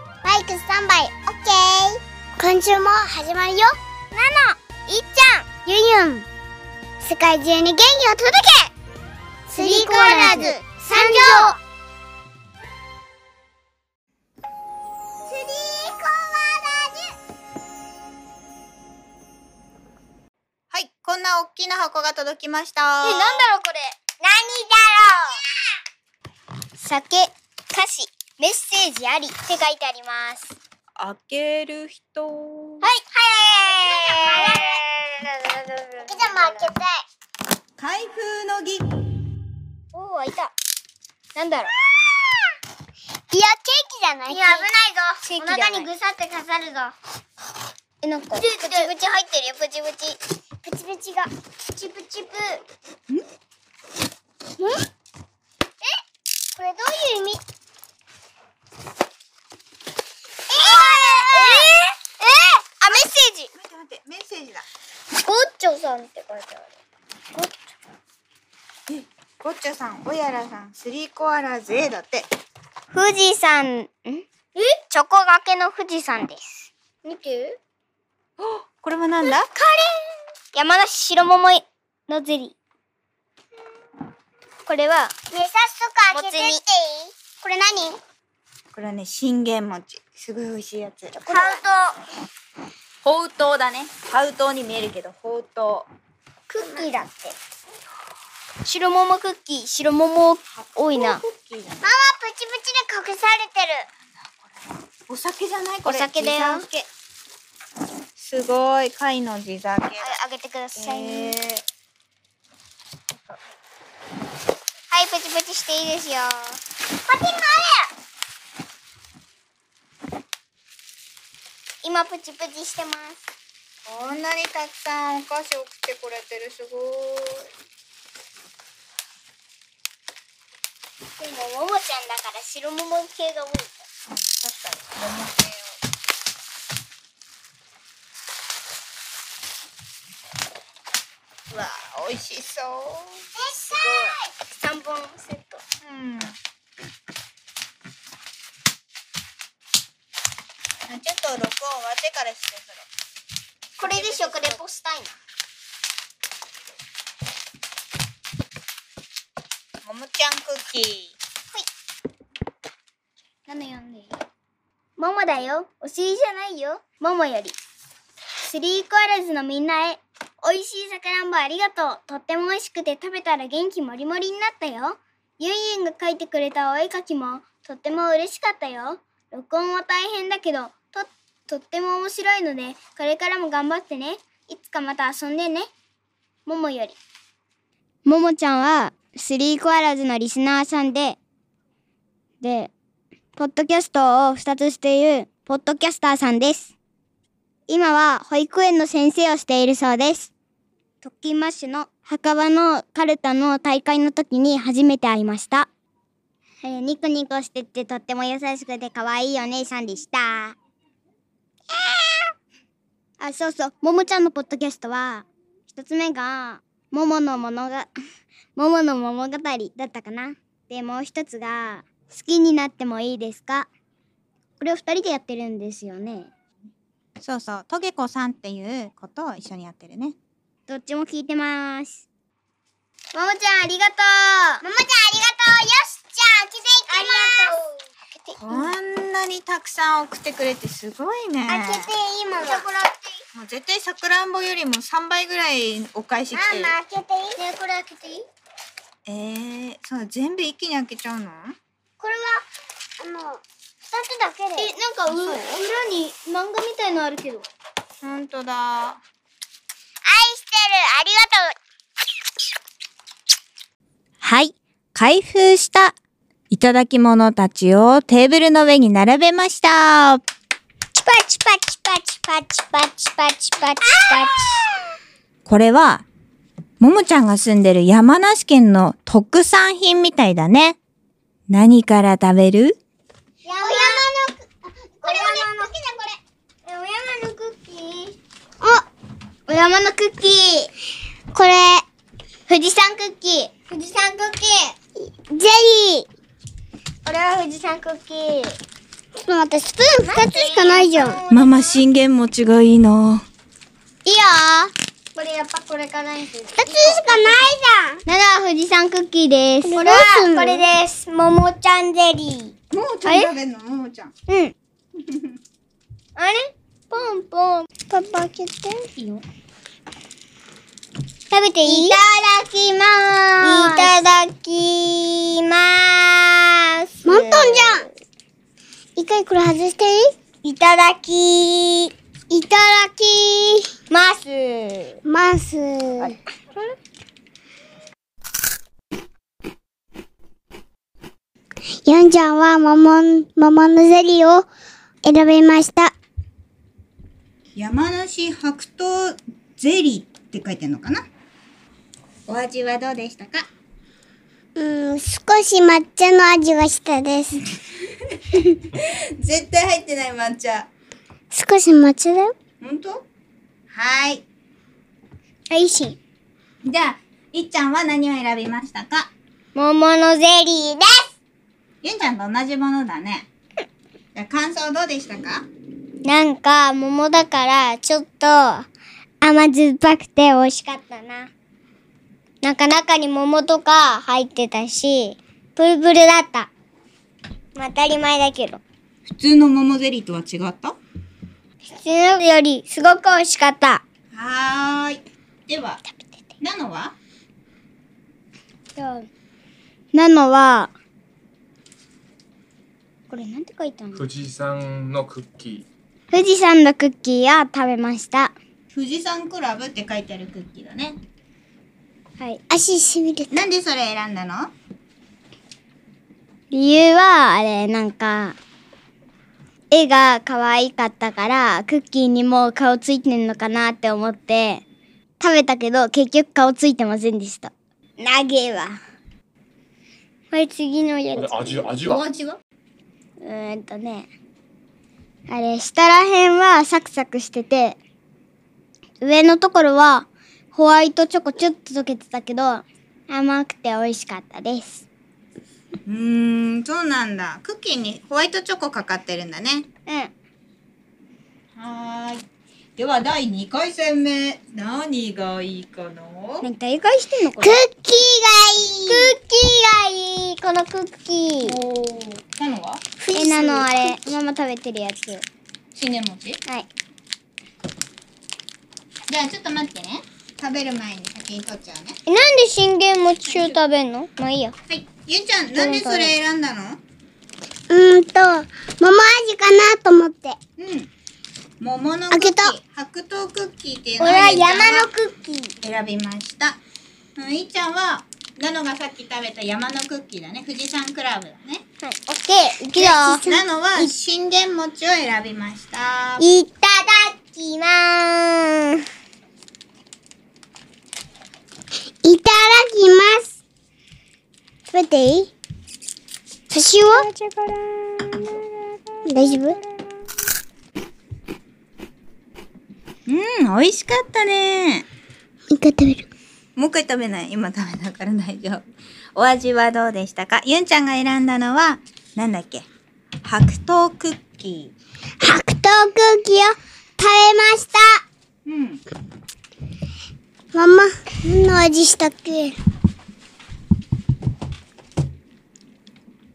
クスタンバイ、オッケー今週も始まるよナノ、いっちゃん、ユンユン世界中に元気を届けスリーコアラーズ参上スリーコアラーズはい、こんな大きな箱が届きました。え、なんだろうこれ何だろう酒、歌詞、メッセージありって書いてあります開ける人。はい。はい。じゃあも開けたい。開封の儀。おお、開いた。なんだろう。いや、ケーキじゃない。いや、危ないぞ。お腹にぐさって刺さるぞ。え、なんか。プチプチ入ってるよ、プチプチ。プチプチが。プチプチプ。んん。え。これどういう意味。えー、えー、えあ、メッセージ。待って待って、メッセージだ。ゴッチョさんって書いてある。ゴッチョさん、オヤラさん、スリーコアラーズ A だって。富士山、んえチョコがけの富士山です。見て。これはなんだ。カレー山梨白桃のゼリー。これは。ね、早速開けてみていいこれ何これはね、信玄餅。すごい美味しいやつ。カウト。ほうとうだね。ほうとうに見えるけど、ほうとう。クッキーだって。白桃クッキー、白桃多いな。ママ、プクッキーだね。チプチで隠されてる。お酒じゃない、これ。お酒だよ地酒。すごい、貝の地酒。あげてください。えー、はい、プチプチしていいですよ。パチン今プチプチしてます。こんなにたくさんお菓子を送ってくれてる、すごい。でも、ももちゃんだから白桃系が多い。確かに桃系をうわあ美味しそうしゃーい !3 本セット。うんあちょっと録音終わってからしてそれこれで食レポしたいな。ももちゃんクッキーなの読んでいいママだよ。お尻じゃないよ。ママより。スリーコアラズのみんなへ。美味しいさくらんぼありがとう。とっても美味しくて食べたら元気もりもりになったよ。ユンユンが描いてくれたお絵描きもとっても嬉しかったよ。録音は大変だけど、と、とっても面白いので、これからも頑張ってね。いつかまた遊んでね。ももより。ももちゃんは、スリーコアラズのリスナーさんで、で、ポッドキャストを2つしているポッドキャスターさんです。今は保育園の先生をしているそうです。特勤マッシュの墓場のカルタの大会の時に初めて会いました。はい、ニコニコしててとっても優しくて可愛いお姉さんでした。あ、そうそう、ももちゃんのポッドキャストは、一つ目が、ももの物が、 ももの物語だったかな。で、もう一つが、好きになってもいいですかこれを二人でやってるんですよね。そうそうとげこさんっていうことを一緒にやってるねどっちも聞いてます。ももちゃんありがとう。ももちゃんありがとう。よし、じゃあ開けていきます。こんなにたくさん送ってくれてすごいね開けていいもの。もう絶対さくらんぼよりも3倍ぐらいお返し来てるママ開けていい？ねえこれ開けていい？えー、そう全部一気に開けちゃうのこれはあの二つだけで。えなんかう裏に漫画みたいのあるけど。ほんとだ愛してるありがとう。はい、開封したいただき物たちをテーブルの上に並べました。チパチパチパチパチパチパチパチパチ。これは、ももちゃんが住んでる山梨県の特産品みたいだね。何から食べる山のクこれもねクッキーだこれお山のクッキーあお山のクッキーこれ富士山クッキー富士山クッキーゼリーこれは富士山クッキープ待って、スプーン2つしかないじゃん。いいよママ信玄餅がいいな。これやっぱこれからにする。2つしかないじゃん。なら、富士山クッキーです。これは、これです。ももちゃんゼリももちゃん食べんのももちゃん。ー。うん。 あれポンポン。パパ開けて。いいよ。食べていいいただきまーす。いただきまーす。モントンじゃん一回これ外していいいただきいただきます。ます。ヨンちゃんは桃の、桃のゼリーを選びました。山梨白桃ゼリーって書いてんのかなお味はどうでしたかうん、少し抹茶の味がしたです。絶対入ってない抹茶。少し抹茶だよ。ほんとはい。おいしい。じゃあ、いっちゃんは何を選びましたか桃のゼリーです。ゆんちゃんと同じものだね。じゃあ感想どうでしたかなんか、桃だから、ちょっと甘酸っぱくて美味しかったな。なんか中に桃とか入ってたし、プルプルだった。まあ当たり前だけど。普通の桃ゼリーとは違った普通のよりすごく美味しかった。はーい。では、なのはなのは、これなんて書いたの富士山のクッキ富士山のクッキーを食べました。富士山クラブって書いてあるクッキーだね。はい。足しびれた。なんでそれ選んだの理由は、あれ、なんか、絵が可愛かったから、クッキーにも顔ついてんのかなって思って、食べたけど、結局顔ついてませんでした。なげえわ。はい、次のやー。これつ。味味おは味はうーんとね。あれ、下らへんはサクサクしてて、上のところはホワイトチョコちょっと溶けてたけど、甘くて美味しかったです。うーん、そうなんだ。クッキーにホワイトチョコかかってるんだね。うん。はーい。では、第2回戦目。何がいいかな何大会してんのこれクッキーがいいクッキーがいいこのクッキーおー。なのはえなのあれママ食べてるやつ信玄餅はいじゃあ、ちょっと待ってね。食べる前に先に取っちゃうね。えなんで信玄餅を食べんのまあいいやはい。ゆんちゃん、なんでそれ選んだのうんと桃味かなと思ってうん。桃のク開ッキけーた。白桃クッキーっていうの俺をはゆんちゃん山のクッキー選びました。うん、いっちゃんは、なのがさっき食べた山のクッキーだね。富士山クラブだね。はいオッケーいくよなのは、信玄餅を選びました。いただきまーすいただきます食べていい刺しは大丈夫うん、美味しかったね。一回食べるもう一回食べない。今食べたから大丈夫。お味はどうでしたかゆんちゃんが選んだのは、なんだっけ白桃クッキ白桃クッキーを食べましたー。うん。ママ何の味したっけ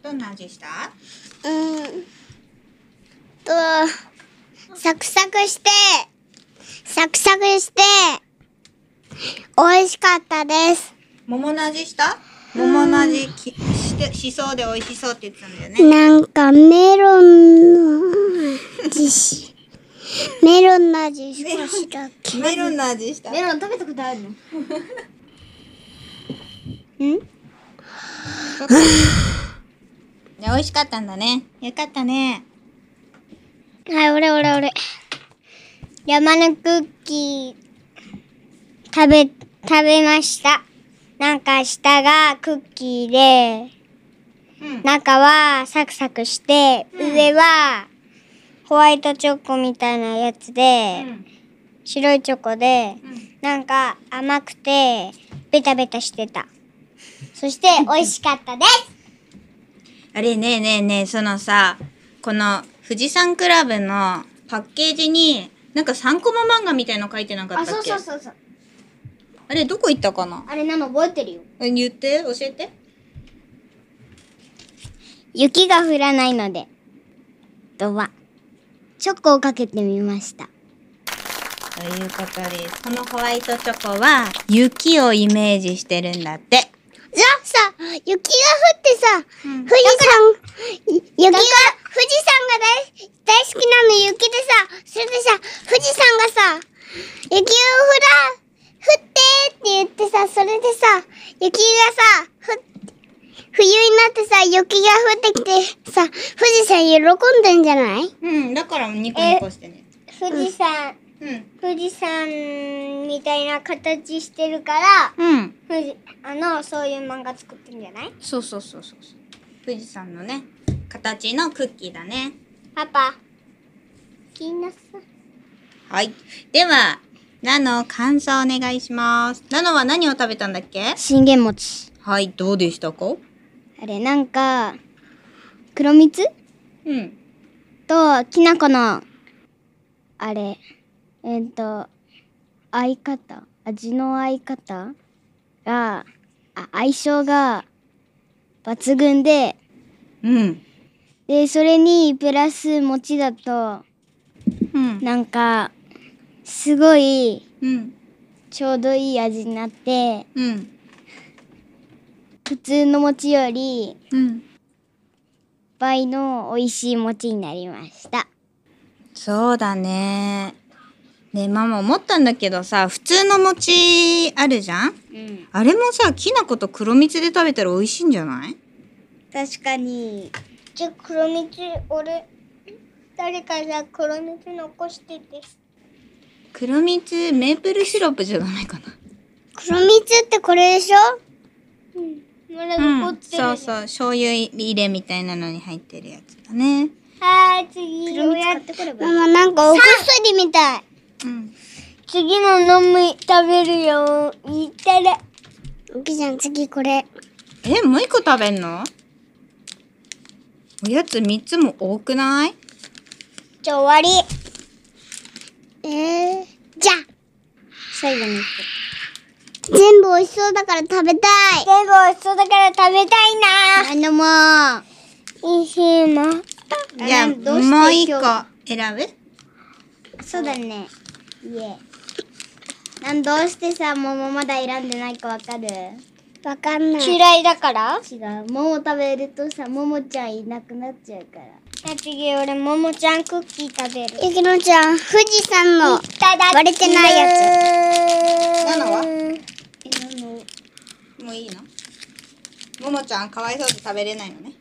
どんな味したうんとサクサクしてサクサクして美味しかったです桃の味した桃の味きしてしそうで美味しそうって言ってたんだよね。なんかメロンの味 しメロンの味しかしたっけメロンの味した。ロン食べたことあるのん美味しかったんだね。よかったね。はい、俺俺俺。山のクッキー、食べ、食べました。なんか下がクッキーで、うん。中はサクサクして、上はホワイトチョコみたいなやつで、白いチョコで、んなんか甘くて、ベタベタしてた。そ して美味しかったです。あれねえねえねえ、そのさ、この富士山クラブのパッケージに、なんか3コマ漫画みたいの書いてなかったあ、っけそうそうそうそう。あれ、どこ行ったかなあれなの覚えてるよ。え言って、教えて。雪が降らないので、とは、チョコをかけてみました。ということです。このホワイトチョコは、雪をイメージしてるんだって。じゃあさ、雪が降ってさ、富士山、雪が、富士山が大大好きなの雪でさ、それでさ、富士山がさ、雪を降ら、降ってって言ってさ、それでさ、雪がさ、ふ冬になってさ、雪が降ってきてさ、富士山喜んでんじゃないうん、だからニコニコしてね。富士山、うん。富士山みたいな形してるから、うん。富士、あの、そういう漫画作ってるんじゃないそうそうそうそうそう。富士山のね、形のクッキーだね。パパ、きなさい。はい。では、ナノ、感想お願いします。ナノは何を食べたんだっけ信玄餅。はい、どうでしたかあれ、なんか、黒蜜うん。と、きな粉の、あれ、えっ、と、相方、味の相方が、あ相性が抜群で、うん。で、それにプラス餅だと、うん。なんか、すごい、うん。ちょうどいい味になって、うん。普通の餅よりうん。倍の美味しい餅になりました。そうだね。ねママ思ったんだけどさ、普通の餅あるじゃんうん、あれもさ、きな粉と黒蜜で食べたら美味しいんじゃない確かに。じゃあ黒蜜、俺、誰かさ、黒蜜残してて。黒蜜、メープルシロップじゃダメかな。黒蜜ってこれでしょうん。まだ残うっん、てる、そうそう、醤油入れみたいなのに入ってるやつだね。はーい、次、黒蜜おや買ってこればいいママ、なんかお薬みたい。うん。次の飲む、食べるよ。いったら。ピちゃん、次これ。え、もう一個食べんのおやつ三つも多くないじゃあ終わり。えー、じゃあ、最後に全部美味しそうだから食べたい。全部美味しそうだから食べたいな。あのもう、いしいもん。じゃあ、もどううして一個今選ぶそうだね。いえ。なんどうしてさ、ももまだ選んでないかわかるわかんない。嫌いだから違う。もも食べるとさ、ももちゃんいなくなっちゃうから。あ、次俺、ももちゃんクッキー食べる。ゆきのちゃん、富士山の割れてないやつ。ナナはえ、なのもういいのももちゃん、かわいそうで食べれないのね。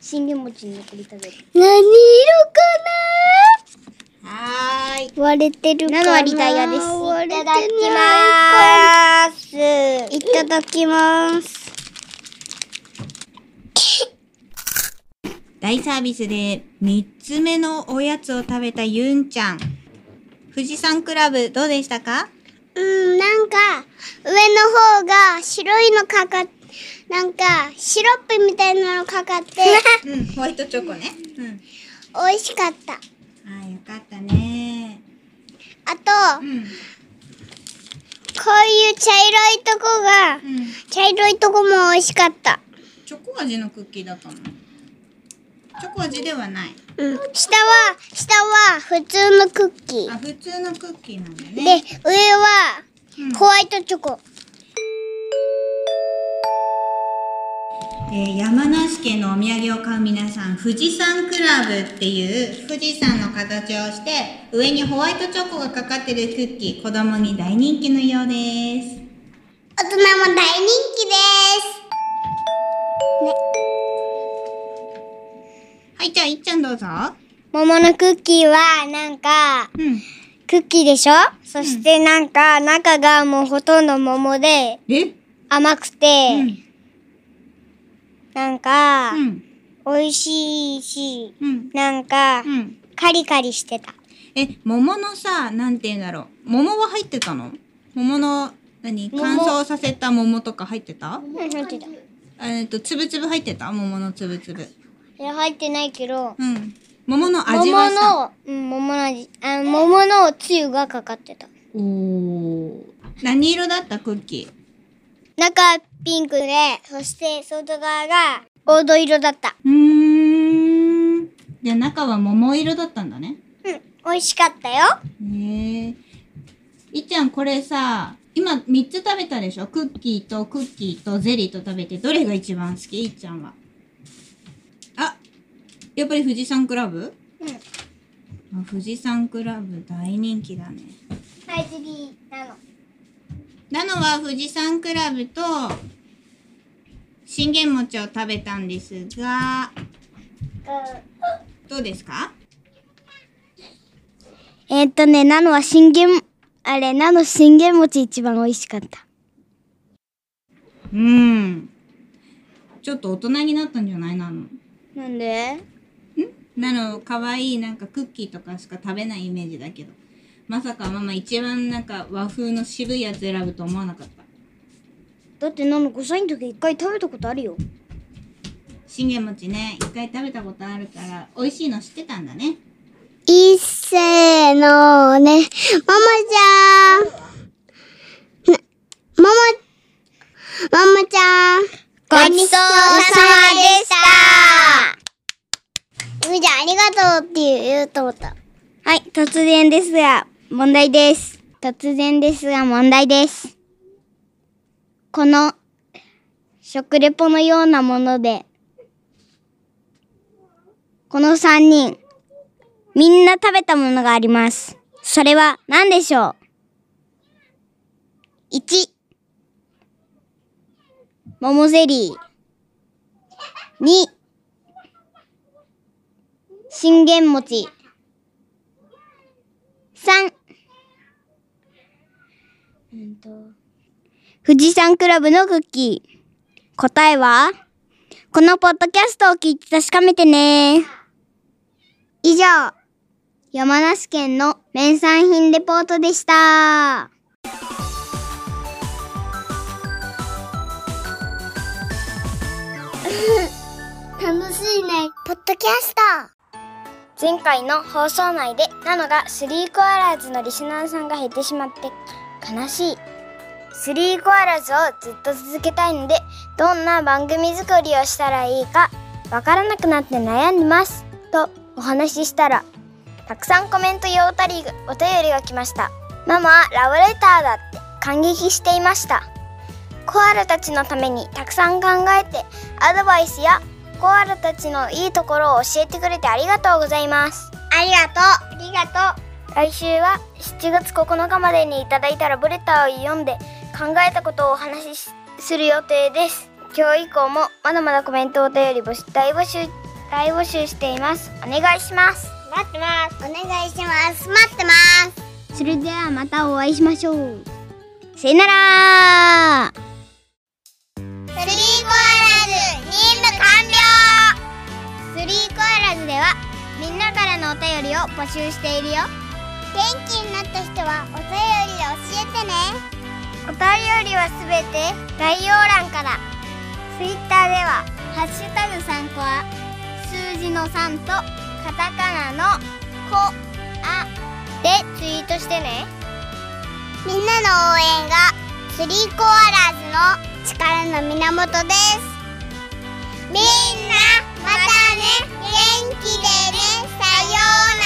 信玄餅の残り食べる。何色かなはーい。割れてるかな。ナナはリタイアです割れてないかす。いただきます。大サービスで3つ目のおやつを食べたユンちゃん。富士山クラブどうでしたかうん、なんか、上の方が白いのかかっ、なんか、シロップみたいなのかかって、うん、ホワイトチョコね。うん。美味しかった。あーよかったね。あと、こうん。いう茶色いとこが、うん。茶色いとこも美味しかった。チョコ味のクッキーだったのチョコ味ではない。うん、下は、下は普通のクッキーあ、。普通のクッキーなんだで、ね。上は、うんホワイトチョコ。えー山梨県のお土産を買う皆さん、富士山クラブっていう富士山の形をして、上にホワイトチョコがかかってるクッキー、子供に大人気のようです。大人も大人気です。はい、じゃあ、いっちゃんどうぞ。桃のクッキーは、なんか、うん。クッキーでしょそしてなんか、中がもうほとんど桃で、え甘くうて、ん。なんかう、ん。美味しいし、うん。なんか、うん。カリカリしてた。え、桃のさ、なんて言うんだろう。桃は入ってたの桃の、何桃乾燥させた桃とか入ってたうん入ってた。いえっと、つぶつぶ入ってた桃のつぶつぶ。や、入ってないけど、うん。桃の味は桃さの、うん、桃の味。あ桃のつゆがかかってた。おー何色だったクッキー中ピンクで、そして外側が黄土色だった。うーんじゃあ中は桃色だったんだねうん、美味しかったよ。へえいっちゃんこれさ今3つ食べたでしょクッキーとクッキーとゼリーと食べてどれが一番好きいっちゃんはあやっぱり富士山クラブうん。あ富士山クラブ大人気だねはい、次、なの。なのは富士山クラブと信玄餅を食べたんですがどうですかえーっとね、なのは信玄、あれ、なの信玄餅一番美味しかった。うんちょっと大人になったんじゃないなのなんでなの可愛いなんかクッキーとかしか食べないイメージだけどまさかママ一番なんか和風の渋いやつ選ぶと思わなかっただってなの5歳の時一回食べたことあるよ。信玄餅ね一回食べたことあるから美味しいの知ってたんだねいっせーのね。ももちゃん。もも、ももちゃん。ごちそうさまでした。ゆみちゃん、ありがとうって言うと思った。はい、突然ですが、問題です。突然ですが、問題です。この、食レポのようなもので、この三人、みんな食べたものがあります。それは何でしょう ?1、桃ゼリー。2、信玄餅。3、うんと富士山クラブのクッキー。答えはこのポッドキャストを聞いて確かめてね。以上。山梨県の名産品レポートでした。 楽しいね、ポッドキャスト。前回の放送内でナノがスリーコアラーズのリスナーさんが減ってしまって悲しい。スリーコアラーズをずっと続けたいので、どんな番組作りをしたらいいかわからなくなって悩んでます。とお話ししたらたくさんコメントやおたりお便りが来ましたママはラブレターだって感激していましたコアラたちのためにたくさん考えてアドバイスやコアラたちのいいところを教えてくれてありがとうございますありがとうありがとう来週は7月9日までにいただいたラブレターを読んで考えたことをお話ししする予定です今日以降もまだまだコメントお便り募集大募集大募集していますお願いします待ってますお願いします待ってますそれではまたお会いしましょうさよならスリーコアラズ任務完了スリーコアラズではみんなからのお便りを募集しているよ元気になった人はお便りで教えてねお便りはすべて概要欄からツイッターでは「ハッシュタグ参考は数字の3とカタカナの「こ」「あ」でツイートしてねみんなの応援がスリーコアラーズの力の源ですみんなまたね元気でねさようなら